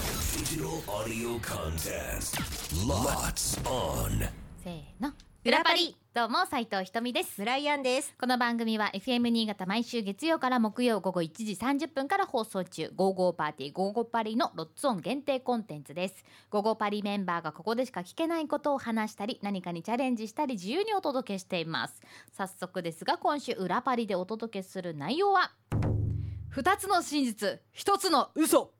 digital audio contest. Lots on. せーの裏パリどうも斉藤ひとみです村井アンです。この番組は FM 新潟毎週月曜から木曜午後1時30分から放送中「55パーティー55パリ」のロッツオン限定コンテンツです「55パリ」メンバーがここでしか聞けないことを話したり何かにチャレンジしたり自由にお届けしています早速ですが今週裏パリでお届けする内容は2つの真実1つの嘘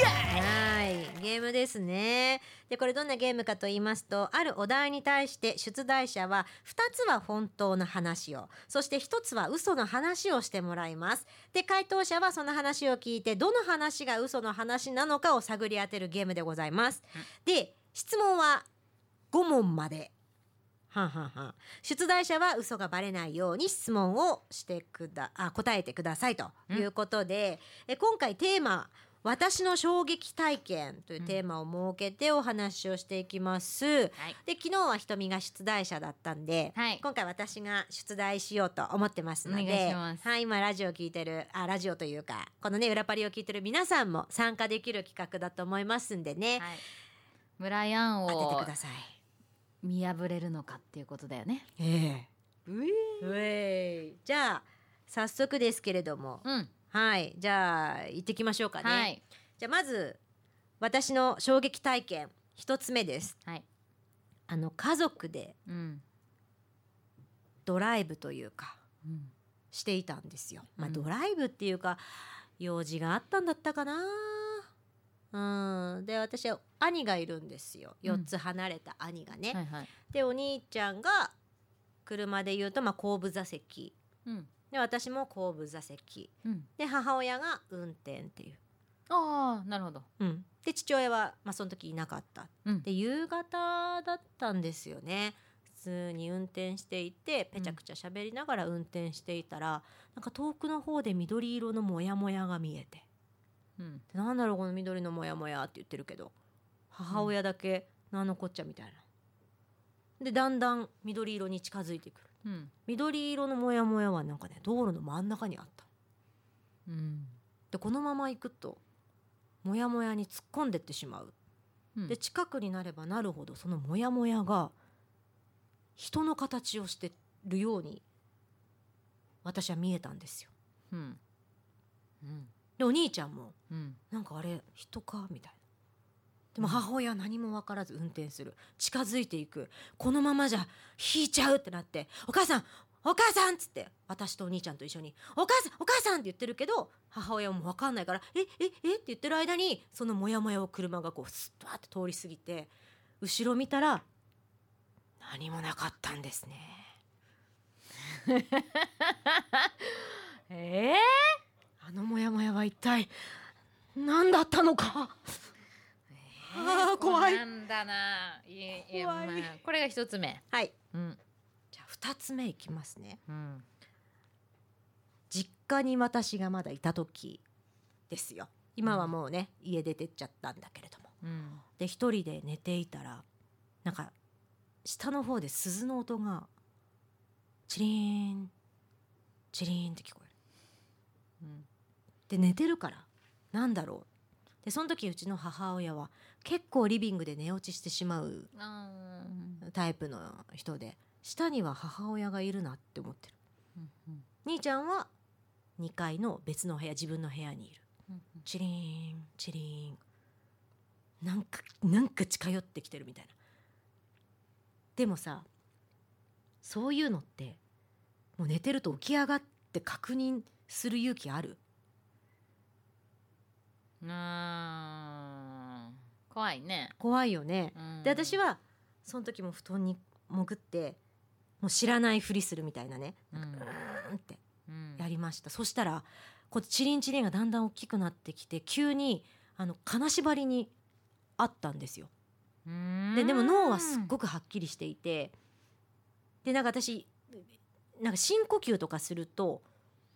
はい、ゲームですね。で、これどんなゲームかと言いますと、あるお題に対して出題者は2つは本当の話を、そして1つは嘘の話をしてもらいます。で、回答者はその話を聞いてどの話が嘘の話なのかを探り当てるゲームでございます。で、質問は5問まで。はんはんはん出題者は嘘がバレないように質問をしてくだあ答えてくださいということで、え今回テーマ「私の衝撃体験」というテーマを設けてお話をしていきます。はいで昨日は瞳が出題者だったんで、はい今回私が出題しようと思ってますのでお願いしますはい、今ラジオ聞いてるあラジオというかこのね裏パリを聞いてる皆さんも参加できる企画だと思いますんでね、はい村井ン当てをてください。見破れるのかっていうことだよねええうえいじゃあ早速ですけれども、うんはいじゃあ行ってきましょうかね、はいじゃあまず私の衝撃体験一つ目ですはいあの家族でうんドライブというかうんしていたんですよ、まあ、うんドライブっていうか用事があったんだったかなうんで私は兄がいるんですようん4つ離れた兄がね、はいはいでお兄ちゃんが車で言うとまあ後部座席うんで私も後部座席うんで母親が運転っていう、ああなるほどで父親は、まあ、その時いなかったうんで夕方だったんですよね普通に運転していてぺちゃくちゃ喋りながら運転していたら、なんか遠くの方で緑色のモヤモヤが見えてうんでなんだろうこの緑のモヤモヤって言ってるけど母親だけ何のこっちゃみたいな。でだんだん緑色に近づいてくるうん緑色のモヤモヤはなんかね道路の真ん中にあったうんでこのまま行くとモヤモヤに突っ込んでってしまう、うんで近くになればなるほどそのモヤモヤが人の形をしてるように私は見えたんですようんうんでお兄ちゃんもうん なんかあれ人かみたいなでも母親は何も分からず運転する近づいていくこのままじゃ引いちゃうってなって「お母さんお母さん!」っつって私とお兄ちゃんと一緒に「お母さんお母さん!」って言ってるけど母親も分かんないから「えええっ?」て言ってる間にそのモヤモヤを車がこうスッとわって通り過ぎて後ろ見たら何もなかったんですね。ええあのモヤモヤは一体何だったのかあー怖いなんだないえいえ怖いまあこれが一つ目はいうんじゃあ2つ目いきますね。うん実家に私がまだいた時ですよ今はもうね、家出てっちゃったんだけれどもうんで一人で寝ていたらなんか下の方で鈴の音がチリーンチリーンって聞こえるうんで寝てるからなんだろうでその時うちの母親は結構リビングで寝落ちしてしまうあタイプの人で下には母親がいるなって思ってるーうん兄ちゃんは2階の別の部屋自分の部屋にいるうんチリーンチリーンなんかなんか近寄ってきてるみたいなでもさそういうのってもう寝てると起き上がって確認する勇気あるうんあー怖いね怖いよねうんで私はその時も布団に潜ってもう知らないふりするみたいなねうんうーんってうんやりましたそしたらこうチリンチリンがだんだん大きくなってきて急にあの金縛りにあったんですようんででも脳はすっごくはっきりしていてでなんか私なんか深呼吸とかすると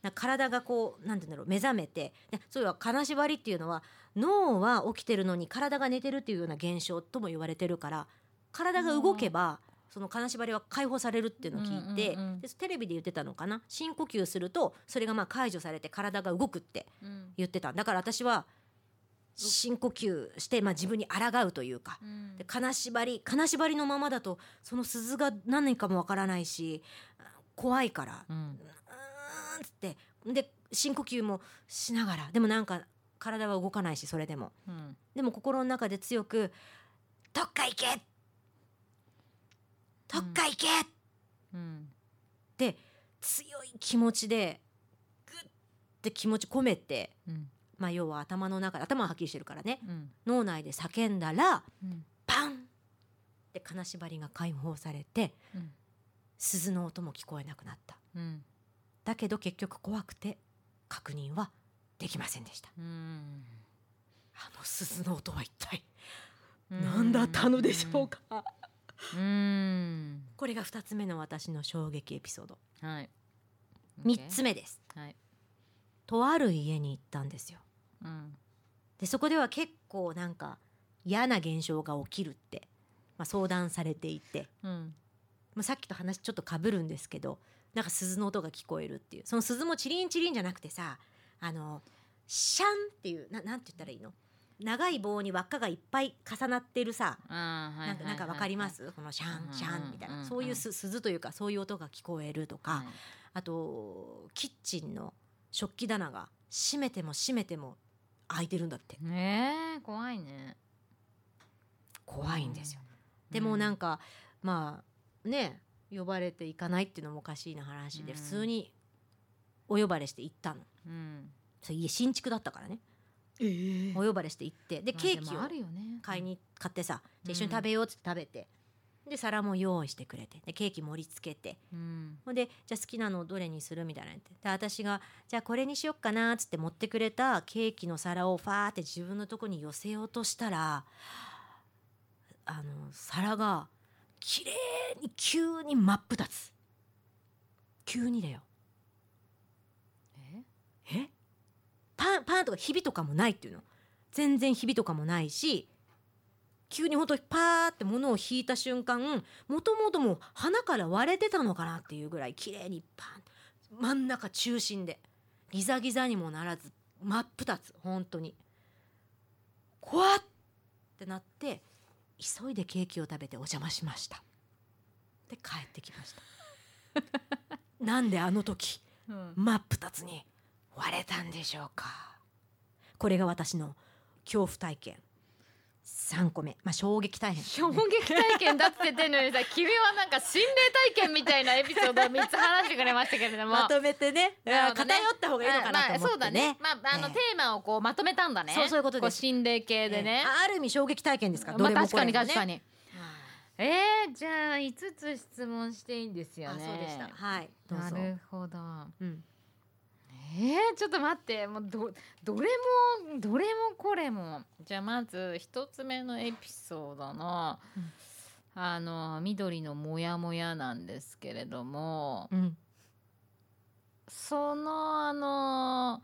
なんか体がこうなんて言うんだろう目覚めてでそういうのは金縛りっていうのは脳は起きてるのに体が寝てるっていうような現象とも言われてるから体が動けばその金縛りは解放されるっていうのを聞いて、うんうんうんでテレビで言ってたのかな深呼吸するとそれがまあ解除されて体が動くってうん言ってただから私は深呼吸して、まあ、自分に抗うというかうんで金縛り金縛りのままだとその鈴が何かもわからないし怖いからうんうーんっつってで深呼吸もしながらでもなんか体は動かないしそれでもうんでも心の中で強く「どっか行け!」「どっか行け!」っうんて強い気持ちでグッて気持ち込めて、うんまあ、要は頭の中で頭ははっきりしてるからねうん脳内で叫んだらうんパンって金縛りが解放されてうん鈴の音も聞こえなくなった。うんだけど結局怖くて確認はできませんでしたうんあの鈴の音は一体何だったのでしょうか、うんこれが2つ目の私の衝撃エピソードはい3つ目ですはいとある家に行ったんですようんでそこでは結構なんか嫌な現象が起きるって、まあ、相談されていて、うんまあ、さっきと話ちょっとかぶるんですけどなんか鈴の音が聞こえるっていうその鈴もチリンチリンじゃなくてさあのシャンっていうななんて言ったらいいの長い棒に輪っかがいっぱい重なってるさあーはいなんかなんかわかります、このシャうんンシャンみたいな、うんそういうす鈴というかそういう音が聞こえるとか、はいあとキッチンの食器棚が閉めても閉めても開いてるんだってねえ怖いね怖いんですよ、でもなんかかまあね呼ばれていかないっていうのもおかしいな話で、うん普通にお呼ばれして行ったのうんそれ家新築だったからねええお呼ばれして行ってでケーキをあるよね買いに買ってさ、じゃあ一緒にうん食べようっつって食べてで皿も用意してくれてでケーキ盛り付けてうんほんでじゃあ好きなのどれにするみたいなの言ってで私がじゃあこれにしよっかなっつって持ってくれたケーキの皿をファーって自分のとこに寄せようとしたらあの皿が綺麗に急に真っ二つ急にだよええパンパンとかひびとかもないっていうの全然ひびとかもないし急にほんとパーって物を引いた瞬間もともともう花から割れてたのかなっていうぐらい綺麗にパン真ん中中心でギザギザにもならず真っ二つ本当に怖っってなって急いでケーキを食べてお邪魔しましたで帰ってきましたなんであの時うん真っ二つに割れたんでしょうかこれが私の恐怖体験3個目まあ衝撃体験衝撃体験だって言ってんのにさ君はなんか心霊体験みたいなエピソードを3つ話してくれましたけれどもまとめてねなるほどね偏った方がいいのかなとまあ、そう思ってだねね,、まあ、あの、ええテーマをこうまとめたんだねそうそういうことですこ心霊系でね、ある意味衝撃体験ですからどまあ、れも確これかもにね確かにはえー、じゃあ5つ質問していいんですよいあねそうでしたはいどうなぞるほどうんえー、ちょっと待ってもうどどれもどれもこれもじゃあまず一つ目のエピソードの、うんあの緑のモヤモヤなんですけれどもうんそのあの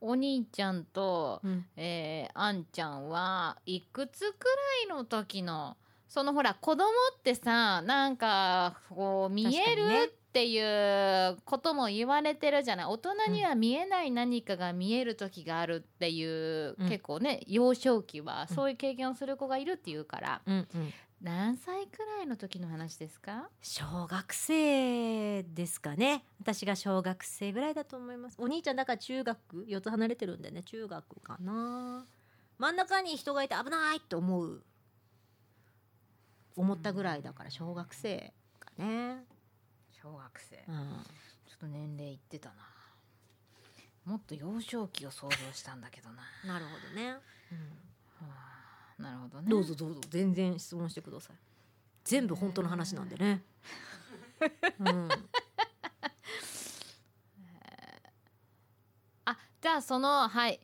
お兄ちゃんと、うんえー、あんちゃんはいくつくらいの時のそのほら子供ってさなんかこう見え確かにねるっていうことも言われてるじゃない大人には見えない何かが見える時があるっていう、うん結構ね幼少期はうんそういう経験をする子がいるっていうから、うんうん何歳くらいの時の話ですか小学生ですかね私が小学生ぐらいだと思いますお兄ちゃんだから中学4つ離れてるんでね中学かな真ん中に人がいて危ないと思う思ったぐらいだから小学生かね、小学生うん、ちょっと年齢いってたな。もっと幼少期を想像したんだけどな。なるほどね、はあなるほどうんね。どうぞどうぞ全然質問してください全部本当の話なん でね、うん、あ、じゃあそのはい。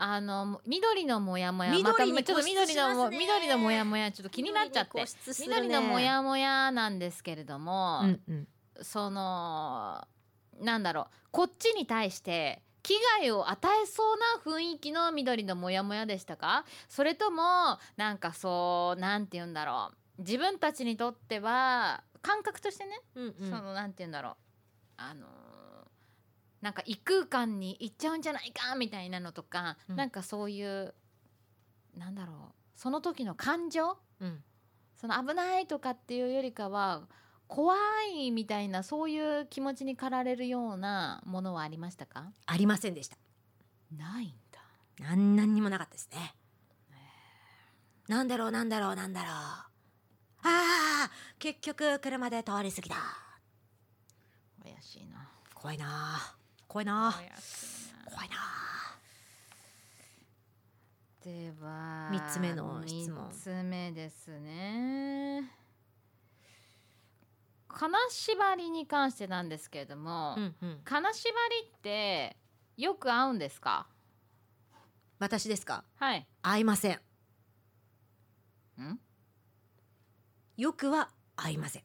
あの緑のモヤモヤ。緑にまたちょっと固執緑のもしますね緑のモヤモヤちょっと気になっちゃって。緑のモヤモヤなんですけれども、うんうんそのなんだろうこっちに対して危害を与えそうな雰囲気の緑のモヤモヤでしたかそれともなんかそうなんて言うんだろう自分たちにとっては感覚としてね、うんうそんのなんて言うんだろうあのーなんか異空間に行っちゃうんじゃないかみたいなのとか、うんなんかそういうなんだろうその時の感情うんその危ないとかっていうよりかは怖いみたいなそういう気持ちに駆られるようなものはありましたかありませんでしたないんだなん何にもなかったですねなんだろうなんだろうなんだろうああ結局車で通り過ぎだ怪しいな怖いなあ怖いなあ怪しいな怖いなでは三つ目の質問三つ目ですね金縛りに関してなんですけれども、あうんうん金縛りってよく合うんですか私ですかはい会いませんんよくは会いません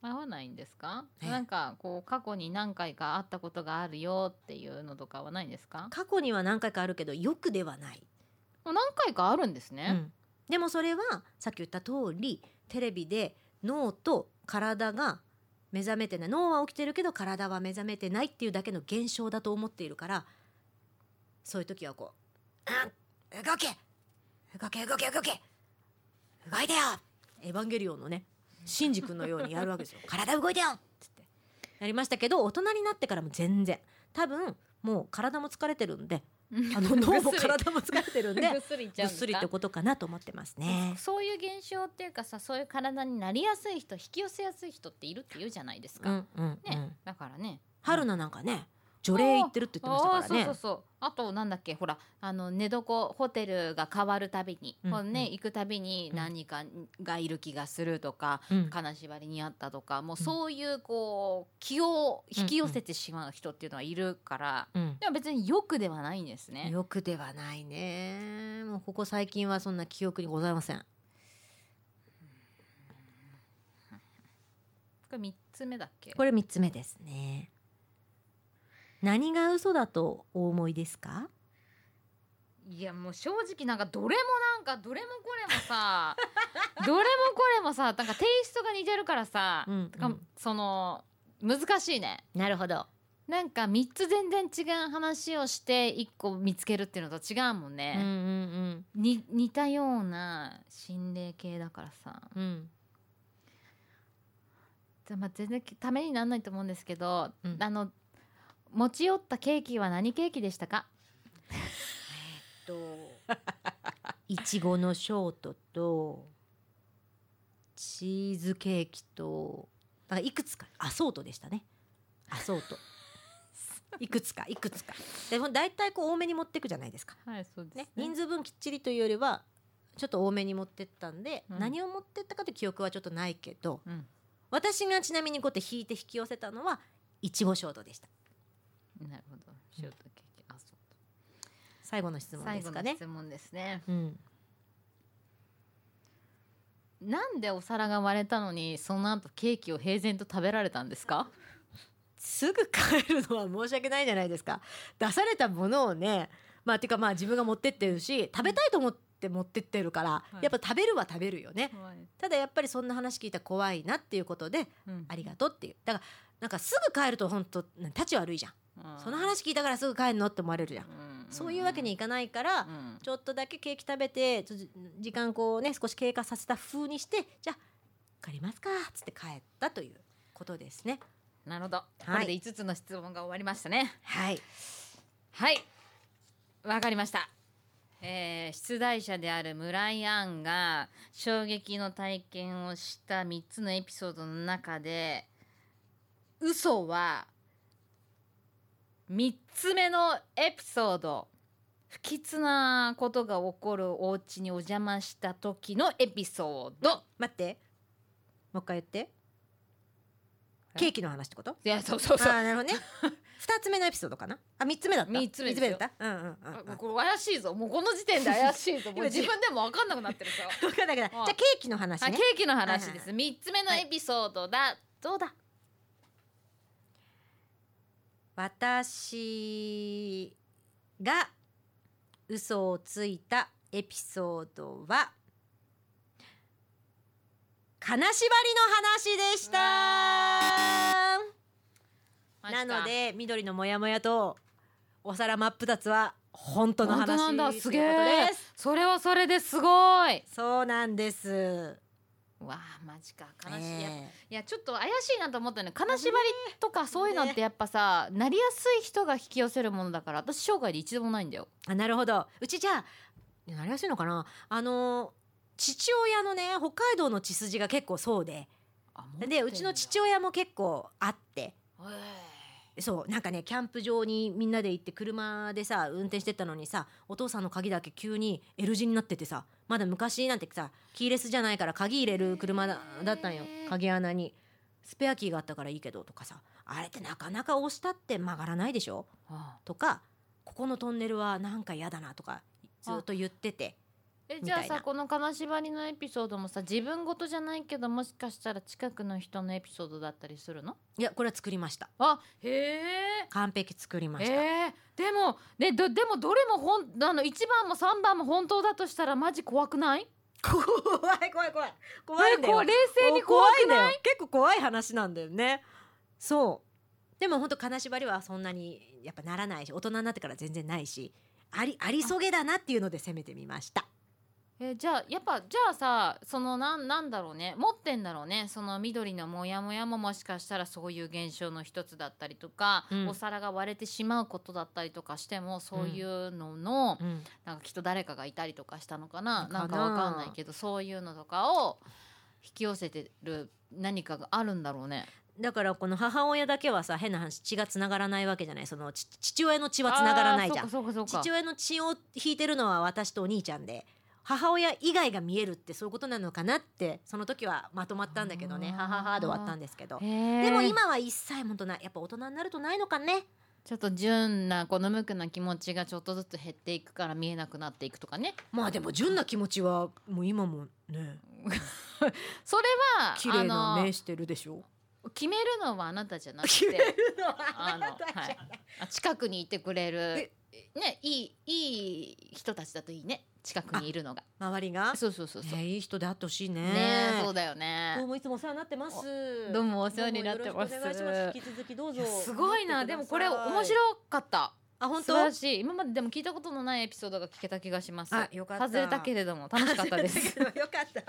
合わないんですかええなんかこう過去に何回か会ったことがあるよっていうのとかはないんですか過去には何回かあるけどよくではない、もう何回かあるんですうね、んでもそれはさっき言った通りテレビで脳と体が目覚めてない脳は起きてるけど体は目覚めてないっていうだけの現象だと思っているからそういう時はこう「うん動け動け動け動け動いてよ!」エヴァンゲリオンのねシンジ君のようにやるわけ ですよ「体動いてよ!」っつってなりましたけど大人になってからも全然多分もう体も疲れてるんで あの脳も体も疲れてるんでぐっすりいっちぐゃっうんですすかりってことかなと思ってますね。そういう現象っていうかさそういう体になりやすい人引き寄せやすい人っているって言うじゃないですか、うんうんうねん。だからね春菜なんかね、除霊行ってるって言ってまあしーたかそうそらうね。そうあとなんだっけほらあの寝床ホテルが変わるたびに、うんこうねうん行くたびにうん何かがいる気がするとか、うん金縛りにあったとかもうそういうこう気を引き寄せてしまう人っていうのはいるから、うんでも別によくではないんですね。よくではないね。もうここ最近はそんな記憶にございません。これ三つ目だっけこれ三つ目ですね。何が嘘だとお思いですか？いやもう正直なんかどれもなんかどれもこれも さどれもこれもさなんかテイストが似てるからさ、うんうんとかその難しいね。なるほど。なんか3つ全然違う話をして1個見つけるっていうのと違うもんうんうんね、に似たような心霊系だからさうんうん。でまあ全然ためにならないと思うんですけど、うんあの持ち寄ったケーキは何ケーキでしたかといちごのショートとチーズケーキとなんかいくつかアソートでしたねア ソートいくつかいくつかでも大体こう多めに持ってくじゃないですか、はいそうでね、人数分きっちりというよりはちょっと多めに持ってったんで、うん何を持ってったかという記憶はちょっとないけどうん、私がちなみにこうやって引いて引き寄せたのはいちごショートでしたなるほどショートケーキあそう最後の質問最です後かのね質問ですねうん、なんでお皿が割れたのにその後ケーキを平然と食べられたんですかすぐ帰るのは申し訳ないじゃないですか出されたものをねまあていうかまあ自分が持ってってるし食べたいと思って持ってってるから、いやっぱ食べるは食べるよねはい、ただやっぱりそんな話聞いたら怖いなっていうことでうんありがとうっていうだからなんかすぐ帰ると本当立ち悪いじゃんうんその話聞いたからすぐ帰るのって思われるじゃんうんそういうわけにいかないからうんちょっとだけケーキ食べてちょっと時間こうね少し経過させた風にしてじゃあ帰りますかっつって帰ったということですねなるほど、いこれで5つの質問が終わりましたねはいはいわかりましたえー出題者である村井杏が衝撃の体験をした3つのエピソードの中で嘘は3つ目のエピソード不吉なことが起こるお家にお邪魔した時のエピソード待ってもう一回言ってえケーキの話ってこといやそうそうあそうーなる ほどね二つ目のエピソードかなあ三つ目だった三つ目ですよだったうんうんうんうんあこれ怪しいぞもうこの時点で怪しいぞもう自分でも分かんなくなってるぞ分かんなくないじゃあケーキの話あねケーキの話です、は3つ目のエピソードだ、どうだ私が嘘をついたエピソードは金縛りの話でしたなので緑のモヤモヤとお皿真っ二つは本当の話本当なんだというこすとげえですそれはそれですごいそうなんです。わあマジか悲しい、やえいやちょっと怪しいなと思ったの金縛りとかそういうのってやっぱさ、なりやすい人が引き寄せるものだから私生涯で一度もないんだよえあなるほど。うちじゃあなりやすいのかな。あの父親のね北海道の血筋が結構そうで、でうちの父親も結構あって。親そうなんかねキャンプ場にみんなで行って車でさ運転してったのにさお父さんの鍵だけ急に L 字になっててさまだ昔なんてさキーレスじゃないから鍵入れる車だだったんよ鍵穴にスペアキーがあったからいいけどとかさあれってなかなか押したって曲がらないでしょとかここのトンネルはなんか嫌だなとかずっと言っててえみじたいゃなあさこの金縛りのエピソードもさ自分事じゃないけどもしかしたら近くの人のエピソードだったりするのいやこれは作りましたあへえ完璧作りました、えー、でもねどでもどれもほんあの一番も三番も本当だとしたらマジ怖くない怖い怖い怖い怖いんだよえこう冷静に怖くないい結構怖い話なんだよねそうでも本当金縛りはそんなにやっぱならないし大人になってから全然ないしありありそげだなっていうので攻めてみましたえーじゃあやっぱじゃあさそのなんなんだろうね持ってんだろうねその緑のモヤモヤももしかしたらそういう現象の一つだったりとか、うんお皿が割れてしまうことだったりとかしてもそういうのの、うんなんかきっと誰かがいたりとかしたのかなかななんかわかんないけどそういうのとかを引き寄せてる何かがあるんだろうね。だからこの母親だけはさ変な話血がつながらないわけじゃないそのち父親の血はつながらないじゃあーんそうかそうかそうか父親の血を引いてるのは私とお兄ちゃんで母親以外が見えるってそういうことなのかなってその時はまとまったんだけどねあーはははで終わったんですけどへーでも今は一切本当ないやっぱ大人になるとないのかねちょっと純なこの無垢な気持ちがちょっとずつ減っていくから見えなくなっていくとかねまあでも純な気持ちはもう今もねそれは綺麗なあ目してるでしょの決めるのはあなたじゃなく綺麗 てのはあのあなたじゃないあ近くにいてくれ るねいいいい人たちだといいね近くにいるのが周りが、そうそうそうそうね、いい人であってほしいねねえそうだよねどうもいつもお世話になってますどうもお世話になってますどうもよろしくお願いします引き続きどうぞすごいなでもこれ面い白かったあ本素当晴らしい今まででも聞いたことのないエピソードが聞けた気がしますあよかった外れたけれども楽しかったですよ次かった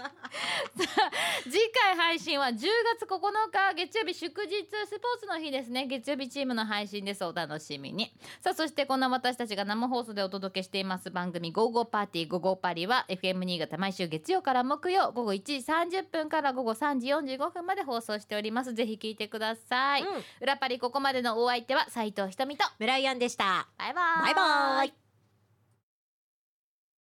回配信は10月9日月曜日祝日スポーツの日ですね月曜日チームの配信ですお楽しみにさあそしてこんな私たちが生放送でお届けしています番組「ゴーゴーパーティーゴーゴーパリ」は FM 新潟毎週月曜から木曜午後1時30分から午後3時45分まで放送しておりますぜひ聞いてください、うん裏パリここまでのお相手は斉藤ひとみとメライアンでしたバイバーイバイバイ